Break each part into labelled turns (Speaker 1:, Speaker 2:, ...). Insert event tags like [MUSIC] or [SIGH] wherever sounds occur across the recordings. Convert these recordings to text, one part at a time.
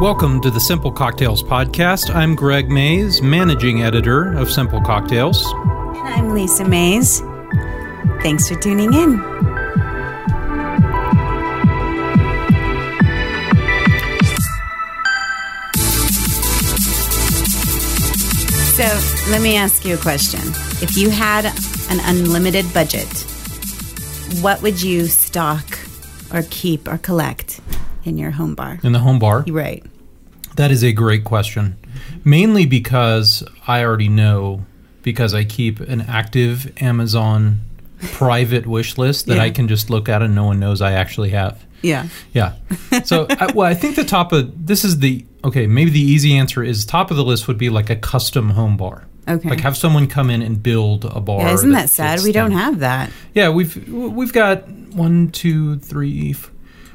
Speaker 1: Welcome to the Simple Cocktails Podcast. I'm Greg Mays, managing editor of Simple Cocktails.
Speaker 2: And I'm Lisa Mays. Thanks for tuning in. So let me ask you a question. If you had an unlimited budget, what would you stock or keep or collect in your home bar?
Speaker 1: In the home bar,
Speaker 2: You're right.
Speaker 1: that is a great question. Mainly because I already know because I keep an active Amazon private wish list that
Speaker 2: Yeah.
Speaker 1: I can just look at and no one knows I actually have.
Speaker 2: Yeah.
Speaker 1: Yeah.
Speaker 2: [LAUGHS]
Speaker 1: So, I, well, I think the top of this is the okay. Maybe the easy answer is top of the list would be like a custom home bar.
Speaker 2: Okay.
Speaker 1: Like have someone come in and build a bar.
Speaker 2: Yeah, isn't that sad?
Speaker 1: fits
Speaker 2: We don't
Speaker 1: them.
Speaker 2: have that.
Speaker 1: Yeah, we've we've got one, two, three, f-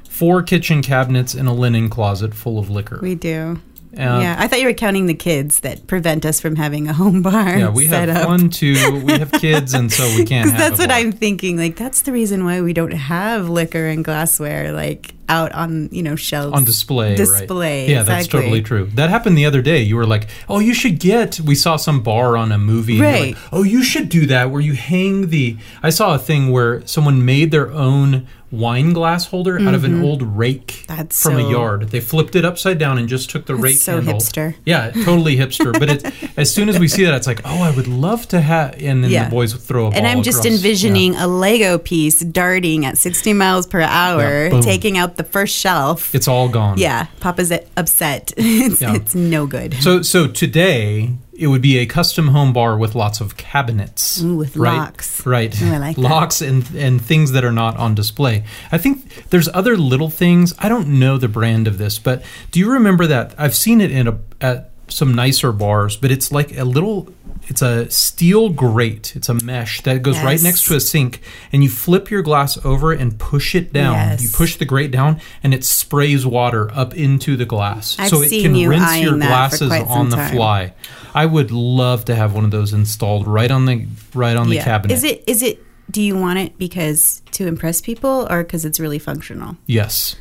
Speaker 1: four kitchen cabinets and a linen closet full of liquor.
Speaker 2: We do.
Speaker 1: Uh,
Speaker 2: yeah, I thought you were counting the kids that prevent us from having a home bar.
Speaker 1: Yeah, we
Speaker 2: set
Speaker 1: have
Speaker 2: up.
Speaker 1: one, two. We have kids, and so
Speaker 2: [LAUGHS]
Speaker 1: we can't. Have
Speaker 2: 'Cause that's
Speaker 1: a
Speaker 2: what
Speaker 1: bar.
Speaker 2: I'm thinking. Like that's the reason why we don't have liquor and glassware like out on you know shelves
Speaker 1: on display. right?
Speaker 2: Display.
Speaker 1: Yeah, that's
Speaker 2: exactly.
Speaker 1: totally true. That happened the other day. You were like, "Oh, you should get." We saw some bar on a movie. and you're like,
Speaker 2: Right.
Speaker 1: oh, you should do that where you hang the. I saw a thing where someone made their own wine glass holder out of an old rake
Speaker 2: Mm-hmm. That's
Speaker 1: from a
Speaker 2: so-
Speaker 1: yard. They flipped it upside down and just took the rake
Speaker 2: so
Speaker 1: handle.
Speaker 2: hipster.
Speaker 1: Yeah, totally hipster. but
Speaker 2: [LAUGHS]
Speaker 1: it's, as soon as we see that, it's like, oh, I would love to have. And then
Speaker 2: Yeah.
Speaker 1: the boys throw a ball.
Speaker 2: And I'm just
Speaker 1: across. Yeah.
Speaker 2: envisioning a Lego piece darting at 60 miles per hour,
Speaker 1: Yeah, boom.
Speaker 2: taking out the first shelf.
Speaker 1: It's all gone.
Speaker 2: yeah, Papa's upset. [LAUGHS] it's,
Speaker 1: Yeah.
Speaker 2: it's no good. [CLEARS THROAT]
Speaker 1: So so today it would be a custom home bar with lots of cabinets
Speaker 2: Ooh, with
Speaker 1: right?
Speaker 2: locks.
Speaker 1: right?
Speaker 2: Ooh, I like that.
Speaker 1: locks and and things that are not on display. I think there's other little things. I don't know the brand of this, but do you remember that I've seen it in a at some nicer bars, but it's like a little. It's a steel grate. It's a mesh that goes right
Speaker 2: Yes.
Speaker 1: next to a sink, and you flip your glass over and push it down.
Speaker 2: Yes.
Speaker 1: You push the grate down, and it sprays water up into the glass,
Speaker 2: I've
Speaker 1: so it
Speaker 2: seen
Speaker 1: can
Speaker 2: you
Speaker 1: rinse
Speaker 2: eyeing
Speaker 1: your
Speaker 2: that for
Speaker 1: glasses
Speaker 2: quite some
Speaker 1: on the
Speaker 2: time.
Speaker 1: fly. I would love to have one of those installed right on the right on the
Speaker 2: Yeah.
Speaker 1: cabinet.
Speaker 2: Is it? Is it? Do you want it because to impress people or because it's really functional? [LAUGHS]
Speaker 1: Yes.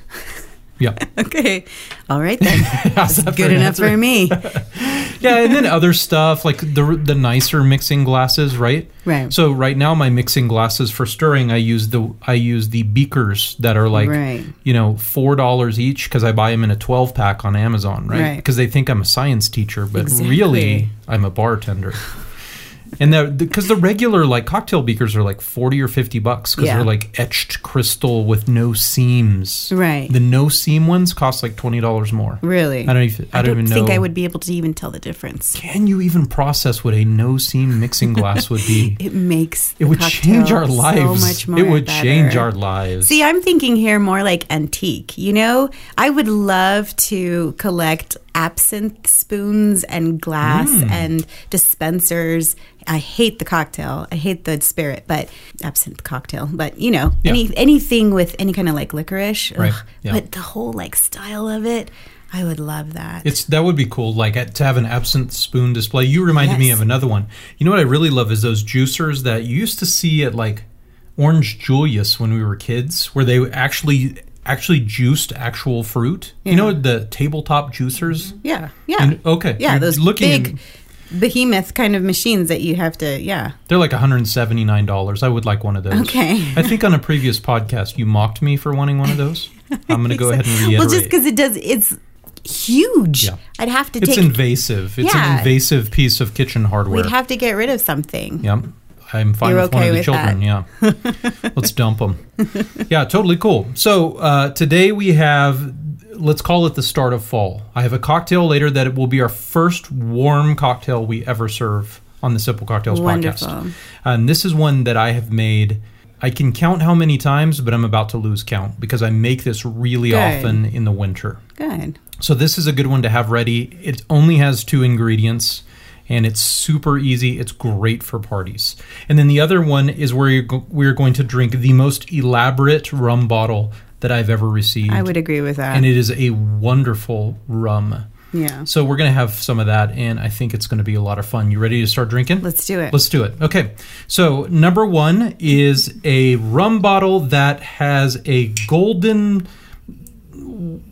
Speaker 1: Yeah.
Speaker 2: Okay, all right
Speaker 1: [LAUGHS]
Speaker 2: then.
Speaker 1: How's that for
Speaker 2: good
Speaker 1: an
Speaker 2: enough
Speaker 1: answer? [LAUGHS]
Speaker 2: for me.
Speaker 1: yeah, and then other stuff like the the nicer mixing glasses, right?
Speaker 2: Right.
Speaker 1: So right now my mixing glasses for stirring, I use the I use the beakers that are like
Speaker 2: Right.
Speaker 1: you know four dollars each because I buy them in a twelve pack on Amazon, right?
Speaker 2: Right.
Speaker 1: Because they think I'm a science teacher, but
Speaker 2: Exactly.
Speaker 1: really I'm a bartender. And the because the regular like cocktail beakers are like forty or fifty bucks because
Speaker 2: Yeah.
Speaker 1: they're like etched crystal with no seams.
Speaker 2: Right.
Speaker 1: The no seam ones cost like twenty dollars more.
Speaker 2: Really?
Speaker 1: I don't even. I,
Speaker 2: I
Speaker 1: don't, even
Speaker 2: think
Speaker 1: know.
Speaker 2: I would be able to even tell the difference.
Speaker 1: Can you even process what a no seam mixing glass would be?
Speaker 2: It makes
Speaker 1: It
Speaker 2: the
Speaker 1: would change
Speaker 2: cocktail
Speaker 1: our lives.
Speaker 2: So much more
Speaker 1: it would
Speaker 2: better.
Speaker 1: change our lives.
Speaker 2: See, I'm thinking here more like antique. You know, I would love to collect absinthe spoons and glass
Speaker 1: Hmm.
Speaker 2: and dispensers. I hate the cocktail. I hate the spirit, but absinthe cocktail. But you know,
Speaker 1: Yeah.
Speaker 2: any anything with any kind of like licorice.
Speaker 1: Right,
Speaker 2: Ugh.
Speaker 1: yeah.
Speaker 2: But the whole like style of it, I would love that.
Speaker 1: It's that would be cool, like at- to have an absinthe spoon display. You reminded me
Speaker 2: Yes.
Speaker 1: of another one. You know what I really love is those juicers that you used to see at like Orange Julius when we were kids, where they actually actually juiced actual fruit. You know the tabletop juicers.
Speaker 2: yeah, yeah.
Speaker 1: You kn- okay,
Speaker 2: Yeah,
Speaker 1: you're
Speaker 2: those
Speaker 1: looking
Speaker 2: big
Speaker 1: in-
Speaker 2: behemoth kind of machines that you have to. Yeah.
Speaker 1: They're like one hundred and seventy nine dollars. I would like one of those.
Speaker 2: Okay.
Speaker 1: I think on a previous podcast you mocked me for wanting one of those. I'm going to go ahead and reiterate.
Speaker 2: [LAUGHS] Well, just because it does, it's huge.
Speaker 1: Yeah.
Speaker 2: I'd have to
Speaker 1: It's
Speaker 2: take.
Speaker 1: invasive. It's an
Speaker 2: Yeah.
Speaker 1: invasive piece of kitchen hardware.
Speaker 2: we'd have to get rid of something.
Speaker 1: yep. I'm fine
Speaker 2: You're
Speaker 1: with one
Speaker 2: okay
Speaker 1: of the
Speaker 2: with
Speaker 1: children.
Speaker 2: [LAUGHS]
Speaker 1: Yeah. let's dump them. Yeah, totally cool. So uh, today we have, let's call it the start of fall. I have a cocktail later that it will be our first warm cocktail we ever serve on the Simple Cocktails
Speaker 2: Wonderful.
Speaker 1: podcast. And this is one that I have made. I can count how many times, but I'm about to lose count because I make this really
Speaker 2: Good.
Speaker 1: often in the winter.
Speaker 2: Good.
Speaker 1: So this is a good one to have ready. It only has two ingredients and it's super easy. It's great for parties. And then the other one is where you're go- we're going to drink the most elaborate rum bottle that I've ever received.
Speaker 2: I would agree with that.
Speaker 1: and it is a wonderful rum.
Speaker 2: yeah.
Speaker 1: So we're going to have some of that and I think it's going to be a lot of fun. You ready to start drinking?
Speaker 2: Let's do it.
Speaker 1: Let's do it. Okay. So, number one is a rum bottle that has a golden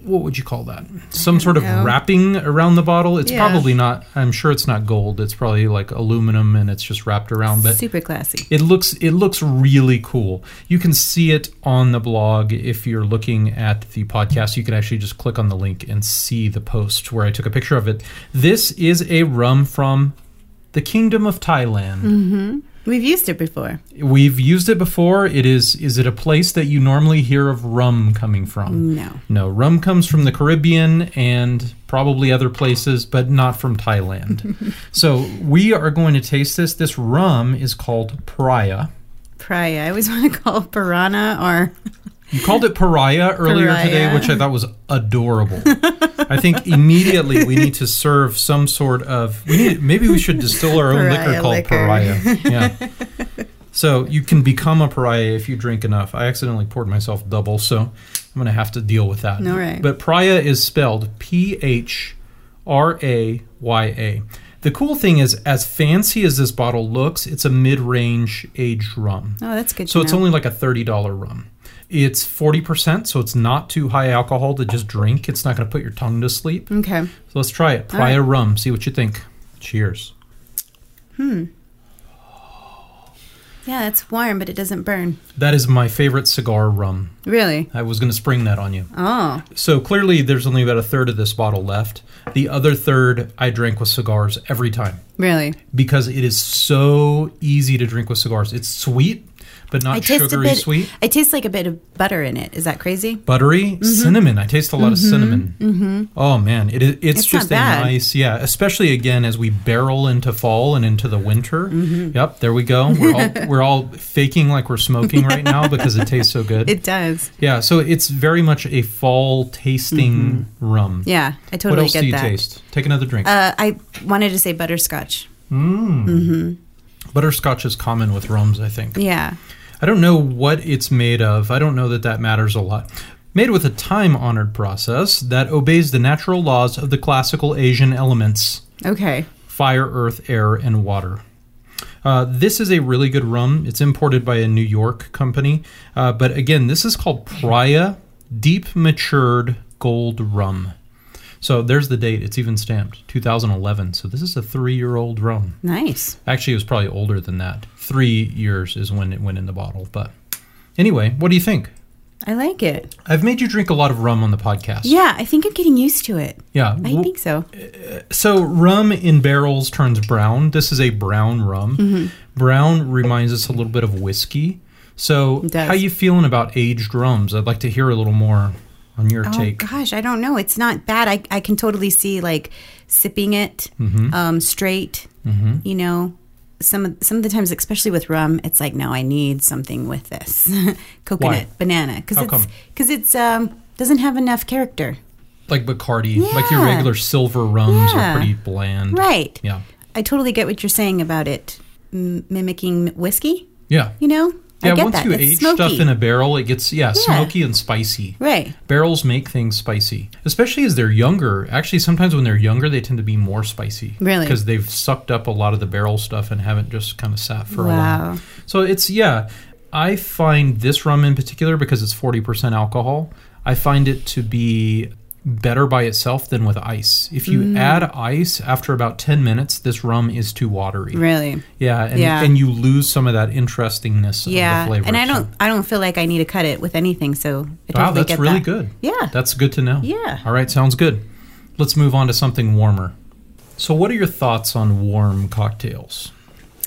Speaker 1: what would you call that? Some sort of wrapping around the bottle. It's
Speaker 2: Yeah.
Speaker 1: probably not. I'm sure it's not gold. It's probably like aluminum, and it's just wrapped around. But
Speaker 2: Super classy.
Speaker 1: it looks it looks really cool. You can see it on the blog if you're looking at the podcast. You can actually just click on the link and see the post where I took a picture of it. This is a rum from the Kingdom of Thailand.
Speaker 2: We've used it before.
Speaker 1: We've used it before. It is is it a place that you normally hear of rum coming from?
Speaker 2: No.
Speaker 1: No, rum comes from the Caribbean and probably other places, but not from Thailand. so, we are going to taste this. This rum is called Praia.
Speaker 2: Praia. I always [LAUGHS] want to call it piranha or
Speaker 1: You called it pariah earlier today,
Speaker 2: Pariah.
Speaker 1: which I thought was adorable. I think immediately we need to serve some sort of. We need maybe we should distill our own liquor
Speaker 2: Pariah
Speaker 1: called
Speaker 2: liquor.
Speaker 1: pariah. Yeah. So you can become a pariah if you drink enough. I accidentally poured myself double, so I'm gonna have to deal with that.
Speaker 2: No, right.
Speaker 1: But pariah is spelled P H R A Y A. The cool thing is, as fancy as this bottle looks, it's a mid-range aged rum.
Speaker 2: oh, that's good.
Speaker 1: So
Speaker 2: to
Speaker 1: it's
Speaker 2: know.
Speaker 1: only like a $30 rum. It's 40%, so it's not too high alcohol to just drink. It's not going to put your tongue to sleep. So
Speaker 2: okay.
Speaker 1: let's try it. Prior rum, see what you think. Cheers.
Speaker 2: Yeah, it's warm, but it doesn't burn.
Speaker 1: That is my favorite cigar rum.
Speaker 2: Really?
Speaker 1: I was going to spring that on you.
Speaker 2: Oh,
Speaker 1: So clearly, there's only about a third of this bottle left. The other third I drank with cigars every time
Speaker 2: really?
Speaker 1: because it is so easy to drink with cigars. It's sweet, but not
Speaker 2: I taste a
Speaker 1: sugary
Speaker 2: bit.
Speaker 1: sweet.
Speaker 2: I taste like a bit of butter in it. Is that crazy?
Speaker 1: buttery
Speaker 2: Mm-hmm.
Speaker 1: cinnamon i taste a lot of cinnamon oh man it, is- it's,
Speaker 2: It's
Speaker 1: just a
Speaker 2: not bad.
Speaker 1: nice yeah especially again as we barrel into fall and into the winter
Speaker 2: Mm-hmm.
Speaker 1: yep there we go we're
Speaker 2: [LAUGHS]
Speaker 1: all we're all faking like we're smoking right now because it tastes so good
Speaker 2: It does.
Speaker 1: yeah so it's very much a fall tasting rum
Speaker 2: Mm-hmm. Yeah, I
Speaker 1: what
Speaker 2: totally
Speaker 1: else
Speaker 2: get
Speaker 1: do you
Speaker 2: that.
Speaker 1: taste take another drink
Speaker 2: Uh, I wanted to say butterscotch.
Speaker 1: butterscotch is common with rums i think
Speaker 2: Yeah.
Speaker 1: I don't know what it's made of. I don't know that that matters a lot. Made with a time honored process that obeys the natural laws of the classical Asian elements
Speaker 2: Okay.
Speaker 1: fire, earth, air, and water. Uh, this is a really good rum. It's imported by a New York company. Uh, but again, this is called Praia Deep Matured Gold Rum. So there's the date. It's even stamped 2011. So this is a three year old rum.
Speaker 2: Nice.
Speaker 1: Actually, it was probably older than that. Three years is when it went in the bottle. But anyway, what do you think?
Speaker 2: I like it.
Speaker 1: I've made you drink a lot of rum on the podcast.
Speaker 2: Yeah, I think I'm getting used to it.
Speaker 1: Yeah.
Speaker 2: I
Speaker 1: w-
Speaker 2: think so.
Speaker 1: So rum in barrels turns brown. This is a brown rum.
Speaker 2: Mm-hmm.
Speaker 1: Brown reminds us a little bit of whiskey. So
Speaker 2: It does.
Speaker 1: how you feeling about aged rums? I'd like to hear a little more on your
Speaker 2: Oh
Speaker 1: take.
Speaker 2: gosh, I don't know. It's not bad. I, I can totally see like sipping it
Speaker 1: Mm-hmm.
Speaker 2: um, straight. You know, some of, some of the times, especially with rum, it's like no, I need something with this [LAUGHS] coconut banana because
Speaker 1: How
Speaker 2: it's
Speaker 1: come?
Speaker 2: because it's um, doesn't have enough character.
Speaker 1: Like Bacardi, like your
Speaker 2: Yeah.
Speaker 1: regular silver rums
Speaker 2: Yeah.
Speaker 1: are pretty bland.
Speaker 2: Right.
Speaker 1: Yeah.
Speaker 2: I totally get what you're saying about it m- mimicking whiskey.
Speaker 1: Yeah.
Speaker 2: You know,
Speaker 1: Yeah,
Speaker 2: I get
Speaker 1: once
Speaker 2: that.
Speaker 1: you
Speaker 2: It's
Speaker 1: age
Speaker 2: smoky.
Speaker 1: stuff in a barrel, it gets yeah,
Speaker 2: Yeah.
Speaker 1: smoky and spicy.
Speaker 2: right.
Speaker 1: Barrels make things spicy, especially as they're younger. Actually, sometimes when they're younger, they tend to be more spicy.
Speaker 2: Really?
Speaker 1: Because they've sucked up a lot of the barrel stuff and haven't just kind of sat for a
Speaker 2: Wow.
Speaker 1: while. So it's, yeah, I find this rum in particular, because it's 40% alcohol, I find it to be better by itself than with ice. If you
Speaker 2: Mm.
Speaker 1: add ice after about 10 minutes, this rum is too watery.
Speaker 2: Really.
Speaker 1: Yeah, and,
Speaker 2: Yeah.
Speaker 1: and you lose some of that interestingness
Speaker 2: Yeah.
Speaker 1: of the flavor.
Speaker 2: And I
Speaker 1: so-
Speaker 2: don't I don't feel like I need to cut it with anything. So I
Speaker 1: Wow,
Speaker 2: totally
Speaker 1: that's
Speaker 2: get
Speaker 1: really
Speaker 2: that.
Speaker 1: good.
Speaker 2: Yeah.
Speaker 1: That's good to know.
Speaker 2: Yeah.
Speaker 1: All right, sounds good. Let's move on to something warmer. So, what are your thoughts on warm cocktails?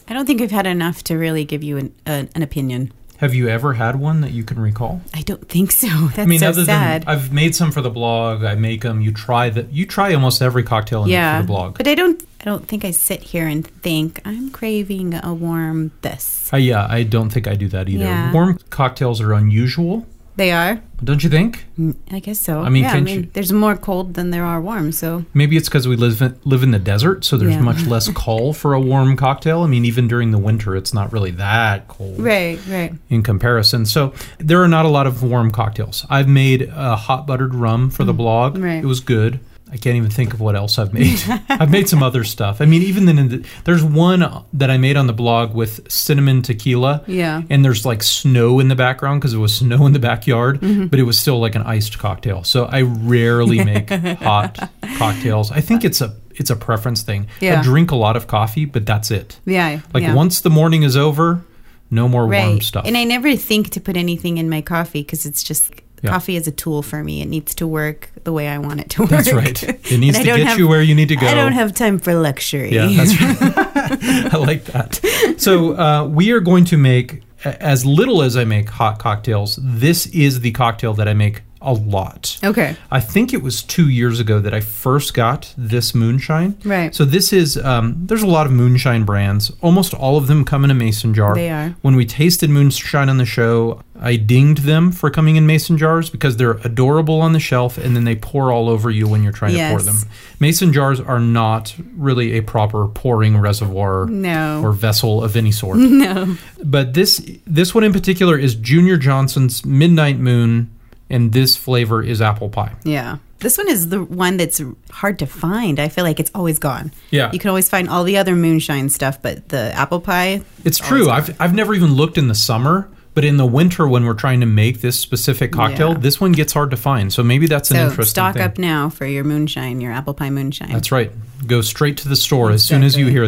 Speaker 2: I don't think I've had enough to really give you an, an, an opinion.
Speaker 1: Have you ever had one that you can recall?
Speaker 2: I don't think so. [LAUGHS] That's
Speaker 1: I mean,
Speaker 2: so
Speaker 1: other
Speaker 2: sad.
Speaker 1: than I've made some for the blog, I make them. You try that. You try almost every cocktail I make
Speaker 2: yeah,
Speaker 1: for the blog.
Speaker 2: but I don't. I don't think I sit here and think I'm craving a warm this.
Speaker 1: Uh, yeah, I don't think I do that either.
Speaker 2: Yeah.
Speaker 1: Warm cocktails are unusual,
Speaker 2: They are.
Speaker 1: don't you think?
Speaker 2: Mm, I guess so.
Speaker 1: I mean,
Speaker 2: yeah, I
Speaker 1: can't
Speaker 2: mean,
Speaker 1: you-
Speaker 2: there's more cold than there are warm. So
Speaker 1: Maybe it's because we live in, live in the desert, so there's
Speaker 2: Yeah.
Speaker 1: much less call for a warm cocktail. I mean, even during the winter, it's not really that cold.
Speaker 2: right, right.
Speaker 1: in comparison. So there are not a lot of warm cocktails. I've made a hot buttered uh, rum for the blog.
Speaker 2: right.
Speaker 1: It was good. I can't even think of what else I've made. [LAUGHS] I've made some other stuff. I mean, even then, in the, there's one that I made on the blog with cinnamon tequila.
Speaker 3: Yeah.
Speaker 1: And there's like snow in the background because it was snow in the backyard, but it was still like an iced cocktail. So I rarely make hot cocktails. I think it's a it's a preference thing.
Speaker 3: Yeah.
Speaker 1: I drink a lot of coffee, but that's it.
Speaker 3: Yeah.
Speaker 1: Like
Speaker 3: yeah.
Speaker 1: once the morning is over, no more warm
Speaker 2: Right.
Speaker 1: stuff.
Speaker 2: And I never think to put anything in my coffee because it's just
Speaker 1: Yeah.
Speaker 2: coffee is a tool for me. It needs to work the way I want it to work.
Speaker 1: That's right. It
Speaker 2: [LAUGHS] And
Speaker 1: needs
Speaker 2: I
Speaker 1: to
Speaker 2: don't
Speaker 1: get
Speaker 2: have-
Speaker 1: you where you need to go.
Speaker 2: I don't have time for luxury.
Speaker 1: Yeah,
Speaker 2: [LAUGHS]
Speaker 1: that's right. [LAUGHS] I like that. So uh, we are going to make a- as little as I make hot cocktails. This is the cocktail that I make a lot.
Speaker 3: Okay.
Speaker 1: I think it was two years ago that I first got this moonshine.
Speaker 3: Right.
Speaker 1: So this is um, there's a lot of moonshine brands. Almost all of them come in a mason jar.
Speaker 3: They are.
Speaker 1: When we tasted moonshine on the show, I dinged them for coming in mason jars because they're adorable on the shelf, and then they pour all over you when you're trying to pour
Speaker 3: Yes.
Speaker 1: them. Mason jars are not really a proper pouring reservoir
Speaker 3: No.
Speaker 2: [LAUGHS]
Speaker 1: or vessel of any sort. No. But this this one in particular is Junior Johnson's Midnight Moon, and this flavor is apple pie.
Speaker 3: Yeah.
Speaker 2: This one is the one that's hard to find. I feel like it's always gone.
Speaker 1: Yeah.
Speaker 2: You can always find all the other moonshine stuff, but the apple pie,
Speaker 1: It's
Speaker 3: Oh,
Speaker 1: true. I've I've never even looked in the summer, but in the winter when we're trying to make this specific cocktail,
Speaker 3: Yeah.
Speaker 1: this one gets hard to find. So maybe that's an
Speaker 2: so
Speaker 1: interesting
Speaker 2: stock
Speaker 1: thing.
Speaker 2: up now for your moonshine, your apple pie moonshine.
Speaker 1: That's right. Go straight to the store as soon as you
Speaker 2: Exactly.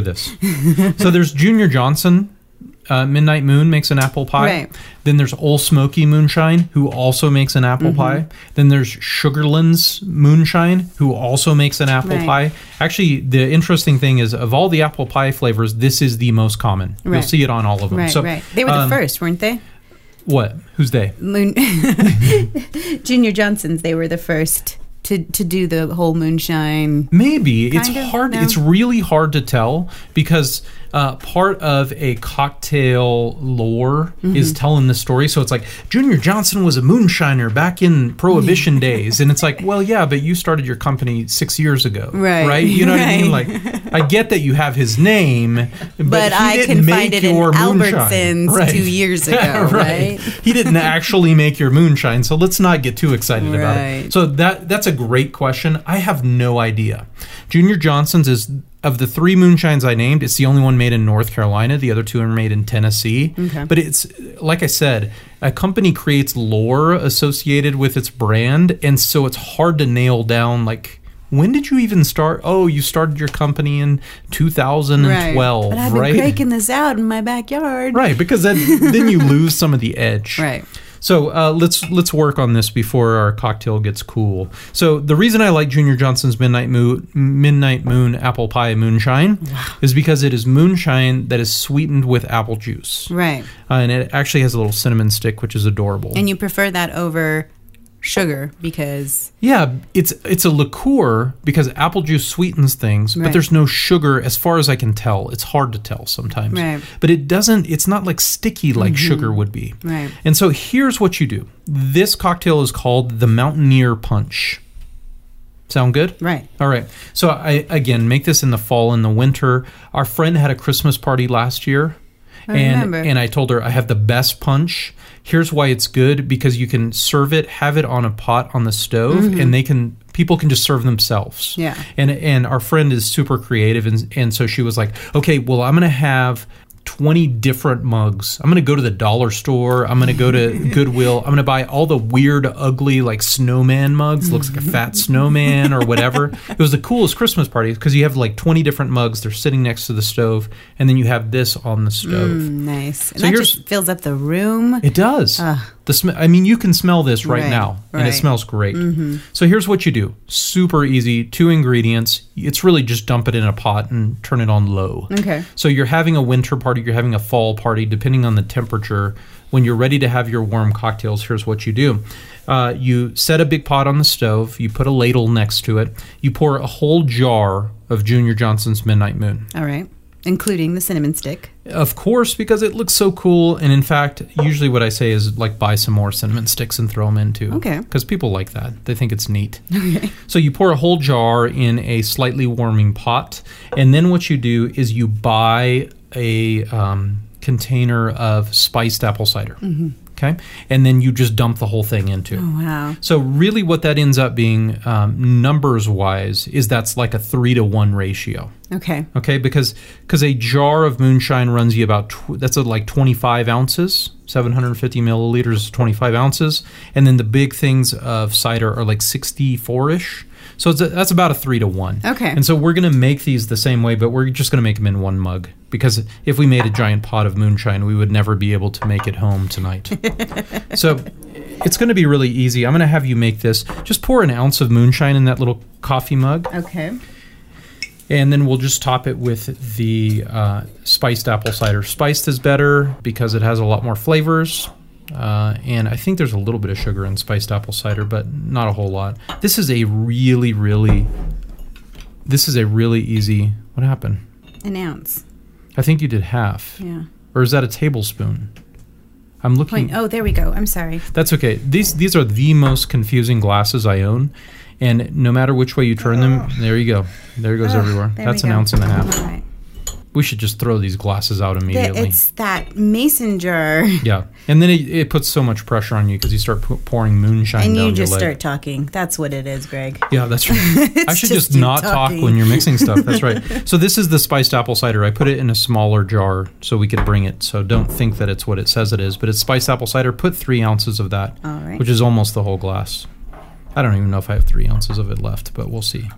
Speaker 1: hear
Speaker 3: [LAUGHS]
Speaker 1: this. so there's Junior Johnson. Uh, Midnight Moon makes an apple pie.
Speaker 3: Right.
Speaker 1: Then there's Old Smoky Moonshine, who also makes an apple
Speaker 3: Mm-hmm.
Speaker 1: pie. Then there's Sugarlands Moonshine, who also makes an apple
Speaker 3: Right.
Speaker 1: pie. Actually, the interesting thing is, of all the apple pie flavors, this is the most common. You'll
Speaker 3: Right.
Speaker 1: see it on all of them.
Speaker 3: Right,
Speaker 1: so,
Speaker 3: right.
Speaker 2: They were the
Speaker 1: um,
Speaker 2: first, weren't they?
Speaker 1: What? Who's they?
Speaker 2: Moon [LAUGHS] Junior Johnsons, they were the first to to do the whole moonshine.
Speaker 1: Maybe it's
Speaker 2: Kind of,
Speaker 1: hard.
Speaker 2: no?
Speaker 1: It's really hard to tell because uh, part of a cocktail lore
Speaker 2: Mm-hmm.
Speaker 1: is telling the story. So it's like Junior Johnson was a moonshiner back in
Speaker 2: [LAUGHS]
Speaker 1: Prohibition days, and it's like, well, yeah, but you started your company six years ago,
Speaker 3: Right,
Speaker 1: Right? You know what I
Speaker 2: [LAUGHS] right.
Speaker 1: mean? Like, I get that you have his name, but,
Speaker 2: But
Speaker 1: he
Speaker 2: I
Speaker 1: didn't
Speaker 2: can
Speaker 1: make
Speaker 2: find it in
Speaker 1: your moonshine.
Speaker 2: Albertsons
Speaker 1: Right.
Speaker 2: two
Speaker 1: [LAUGHS]
Speaker 2: years ago, right?
Speaker 1: He didn't
Speaker 2: [LAUGHS]
Speaker 1: actually make your moonshine, so let's not get too excited about it.
Speaker 3: Right.
Speaker 1: So that that's a great question. I have no idea. Junior Johnson's is of the three moonshines I named, it's the only one made in North Carolina. The other two are made in Tennessee. But it's like I said, a company creates lore associated with its brand, and so it's hard to nail down like when did you even start? Oh, you started your company in 2012,
Speaker 2: But I've been
Speaker 1: right?
Speaker 2: breaking this out in my backyard.
Speaker 1: Right, because then then you lose some of the
Speaker 2: [LAUGHS]
Speaker 1: edge.
Speaker 3: Right.
Speaker 1: So uh, let's let's work on this before our cocktail gets cool. So the reason I like Junior Johnson's Midnight Moon, Midnight Moon Apple Pie Moonshine is because it is moonshine that is sweetened with apple juice,
Speaker 3: Right.
Speaker 1: uh, and it actually has a little cinnamon stick, which is adorable.
Speaker 2: And you prefer that over sugar because
Speaker 1: yeah, it's it's a liqueur because apple juice sweetens things, but
Speaker 3: Right.
Speaker 1: there's no sugar as far as I can tell. It's hard to tell sometimes,
Speaker 3: Right. Mm-hmm.
Speaker 1: but it doesn't. It's not like sticky like sugar would be.
Speaker 3: Right.
Speaker 1: And so here's what you do. This cocktail is called the Mountaineer Punch. Sound good?
Speaker 3: Right.
Speaker 1: All right. So I again make this in the fall and the winter. Our friend had a Christmas party last year. and
Speaker 3: remember.
Speaker 1: and I told her I have the best punch. Here's why it's good because you can serve it, have it on a pot on the stove and they can people can just serve themselves.
Speaker 3: Mm-hmm. Yeah.
Speaker 1: And and our friend is super creative and and so she was like, "Okay, well I'm going to have 20 different mugs. I'm going to go to the dollar store. I'm going to go to Goodwill. I'm going to buy all the weird, ugly, like snowman mugs. Looks like a fat snowman or whatever. It was the coolest Christmas party because you have like 20 different mugs. They're sitting next to the stove, and then you have this on the stove.
Speaker 2: Mm, nice. And
Speaker 1: So
Speaker 2: that
Speaker 1: here's-
Speaker 2: just fills up the room.
Speaker 1: It does. the sm- I mean, you can smell this right,
Speaker 3: Ah. Right,
Speaker 1: now, and it
Speaker 3: right. Mm-hmm.
Speaker 1: smells great. So here's what you do: super easy, two ingredients. It's really just dump it in a pot and turn it on low.
Speaker 3: Okay.
Speaker 1: So you're having a winter party, you're having a fall party, depending on the temperature. When you're ready to have your warm cocktails, here's what you do. Uh, you set a big pot on the stove. You put a ladle next to it. You pour a whole jar of Junior Johnson's Midnight Moon.
Speaker 3: All right.
Speaker 2: Including the cinnamon stick.
Speaker 1: Of course, because it looks so cool. And in fact, usually what I say is like buy some more cinnamon sticks and throw them in too.
Speaker 3: Okay.
Speaker 1: Because people like that. They think it's neat. Okay. So you pour a whole jar in a slightly warming pot. And then what you do is you buy a um, container of spiced apple cider. Okay. And then you just dump the whole thing into. it.
Speaker 2: Wow.
Speaker 1: So really, what that ends up being um, numbers wise is that's like a three to one ratio.
Speaker 2: Okay.
Speaker 1: Okay, because because a jar of moonshine runs you about tw- that's uh, like 25 ounces, 750 milliliters, is 25 ounces, and then the big things of cider are like 64 ish. So it's a, that's about a three to one.
Speaker 2: Okay.
Speaker 1: and so we're gonna make these the same way, but we're just gonna make them in one mug because if we made a giant pot of moonshine, we would never be able to make it home tonight. So it's going to be really easy. I'm going to have you make this. Just pour an ounce of moonshine in that little coffee mug,
Speaker 2: Okay.
Speaker 1: and then we'll just top it with the uh, spiced apple cider. Spiced is better because it has a lot more flavors. Uh, and I think there's a little bit of sugar in spiced apple cider, but not a whole lot. This is a really, really, this is a really easy. What happened?
Speaker 2: An ounce.
Speaker 1: I think you did half,
Speaker 2: Yeah.
Speaker 1: or is that a tablespoon? I'm looking.
Speaker 2: Point. Oh, there we go. I'm sorry.
Speaker 1: That's okay. These these are the most confusing glasses I own, and no matter which way you turn them, there you go. There it goes
Speaker 2: Ugh,
Speaker 1: everywhere.
Speaker 2: Oh. there
Speaker 1: That's
Speaker 2: we
Speaker 1: an
Speaker 2: go.
Speaker 1: ounce and a half.
Speaker 2: All right.
Speaker 1: We should just throw these glasses out
Speaker 2: Th-
Speaker 1: immediately.
Speaker 2: It's that mason jar, [LAUGHS]
Speaker 1: yeah, and then it, it puts so much pressure on you because you start pu- pouring moonshine
Speaker 2: and
Speaker 1: down
Speaker 2: you
Speaker 1: your
Speaker 2: just
Speaker 1: leg.
Speaker 2: start talking. That's what it is, Greg.
Speaker 1: Yeah, that's
Speaker 2: [LAUGHS]
Speaker 1: right. I should
Speaker 2: just
Speaker 1: just,
Speaker 2: you
Speaker 1: not
Speaker 2: talking.
Speaker 1: talk when you're mixing stuff. That's
Speaker 2: [LAUGHS]
Speaker 1: right. So this is the spiced apple cider. I put it in a smaller jar so we could bring it. So don't think that it's what it says it is, but it's spiced apple cider. Put three ounces of that,
Speaker 2: All right.
Speaker 1: which is almost the whole glass. I don't even know if I have three ounces of it left, but we'll see.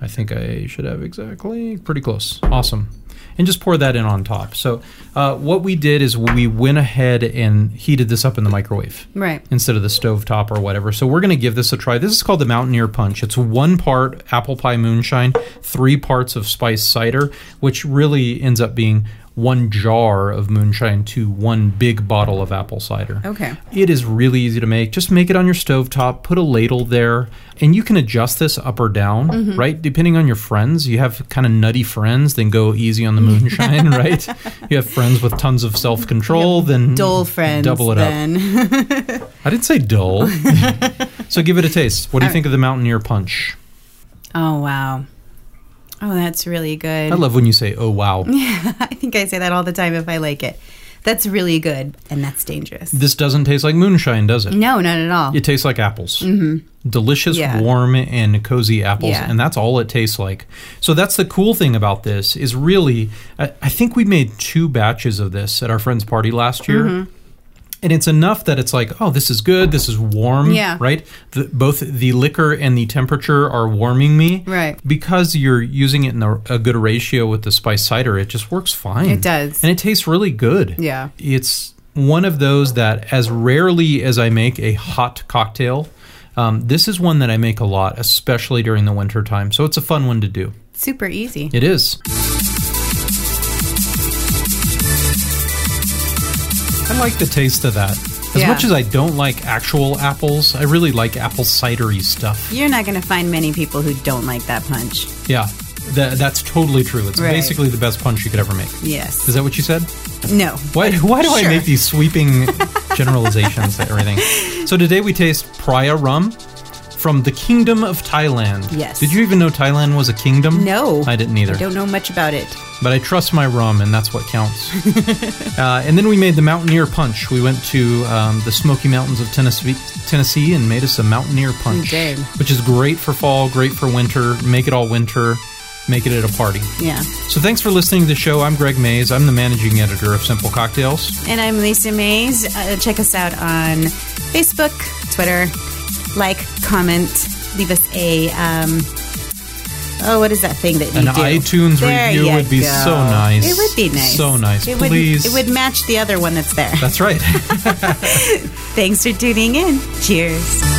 Speaker 1: I think I should have exactly pretty close. Awesome. And just pour that in on top. So, uh, what we did is we went ahead and heated this up in the microwave
Speaker 2: Right.
Speaker 1: instead of the stovetop or whatever. So we're going to give this a try. This is called the Mountaineer Punch. It's one part apple pie moonshine, three parts of spiced cider, which really ends up being one jar of moonshine to one big bottle of apple cider.
Speaker 2: Okay.
Speaker 1: It is really easy to make. Just make it on your stovetop, put a ladle there, and you can adjust this up or down,
Speaker 2: Mm-hmm.
Speaker 1: right? Depending on your friends. You have kind of nutty friends, then go easy on the
Speaker 2: [LAUGHS]
Speaker 1: moonshine, right? You have friends with tons of self control, then
Speaker 2: Dull friends.
Speaker 1: double it up.
Speaker 2: then. [LAUGHS] up.
Speaker 1: I didn't say
Speaker 2: [LAUGHS]
Speaker 1: dull. so give it a taste. What do you think of the Mountaineer Punch?
Speaker 2: oh wow. Oh, that's really good.
Speaker 1: I love when you say, oh, wow.
Speaker 2: [LAUGHS] I think I say that all the time if I like it. That's really good, and that's dangerous.
Speaker 1: This doesn't taste like moonshine, does it?
Speaker 2: No, not at all.
Speaker 1: It tastes like apples. Mm-hmm. Delicious,
Speaker 2: Yeah.
Speaker 1: warm, and cozy apples.
Speaker 2: Yeah.
Speaker 1: And that's all it tastes like. So that's the cool thing about this is really, I, I think we made two batches of this at our friend's party last year.
Speaker 2: Mm-hmm.
Speaker 1: And it's enough that it's like, oh, this is good. This is warm,
Speaker 2: Yeah.
Speaker 1: right? The, both the liquor and the temperature are warming me,
Speaker 2: Right.
Speaker 1: Because you're using it in a, a good ratio with the spice cider, it just works fine.
Speaker 2: It does.
Speaker 1: and it tastes really good.
Speaker 2: Yeah.
Speaker 1: It's one of those that, as rarely as I make a hot cocktail, um, this is one that I make a lot, especially during the winter time. So it's a fun one to do.
Speaker 2: Super easy.
Speaker 1: It is. I like the taste of that. As
Speaker 2: Yeah.
Speaker 1: much as I don't like actual apples, I really like apple cidery stuff.
Speaker 2: You're not going to find many people who don't like that punch.
Speaker 1: Yeah, tha- that's totally true. It's
Speaker 2: Right.
Speaker 1: basically the best punch you could ever make.
Speaker 2: Yes.
Speaker 1: Is that what you said?
Speaker 2: no.
Speaker 1: Why, why do I
Speaker 2: Sure.
Speaker 1: make these sweeping
Speaker 2: [LAUGHS]
Speaker 1: generalizations to everything? So today we taste Praya rum from the Kingdom of Thailand.
Speaker 2: Yes.
Speaker 1: Did you even know Thailand was a kingdom?
Speaker 2: No.
Speaker 1: I didn't either.
Speaker 2: I don't know much about it.
Speaker 1: but I trust my rum, and that's what counts.
Speaker 2: [LAUGHS]
Speaker 1: uh, and then we made the Mountaineer Punch. We went to um, the Smoky Mountains of Tennessee, Tennessee, and made us a Mountaineer Punch,
Speaker 2: did.
Speaker 1: which is great for fall, great for winter. Make it all winter. Make it at a party.
Speaker 2: Yeah.
Speaker 1: So thanks for listening to the show. I'm Greg Mays. I'm the managing editor of Simple Cocktails.
Speaker 2: And I'm Lisa Mays. Uh, check us out on Facebook, Twitter. Like, comment, leave us a. Um, oh, what is that thing that you
Speaker 1: An
Speaker 2: do?
Speaker 1: iTunes
Speaker 2: There
Speaker 1: review
Speaker 2: you
Speaker 1: would be
Speaker 2: go.
Speaker 1: so nice.
Speaker 2: It would be nice.
Speaker 1: So nice.
Speaker 2: It would,
Speaker 1: Please.
Speaker 2: It would match the other one that's there.
Speaker 1: That's right.
Speaker 2: Thanks for tuning in. Cheers.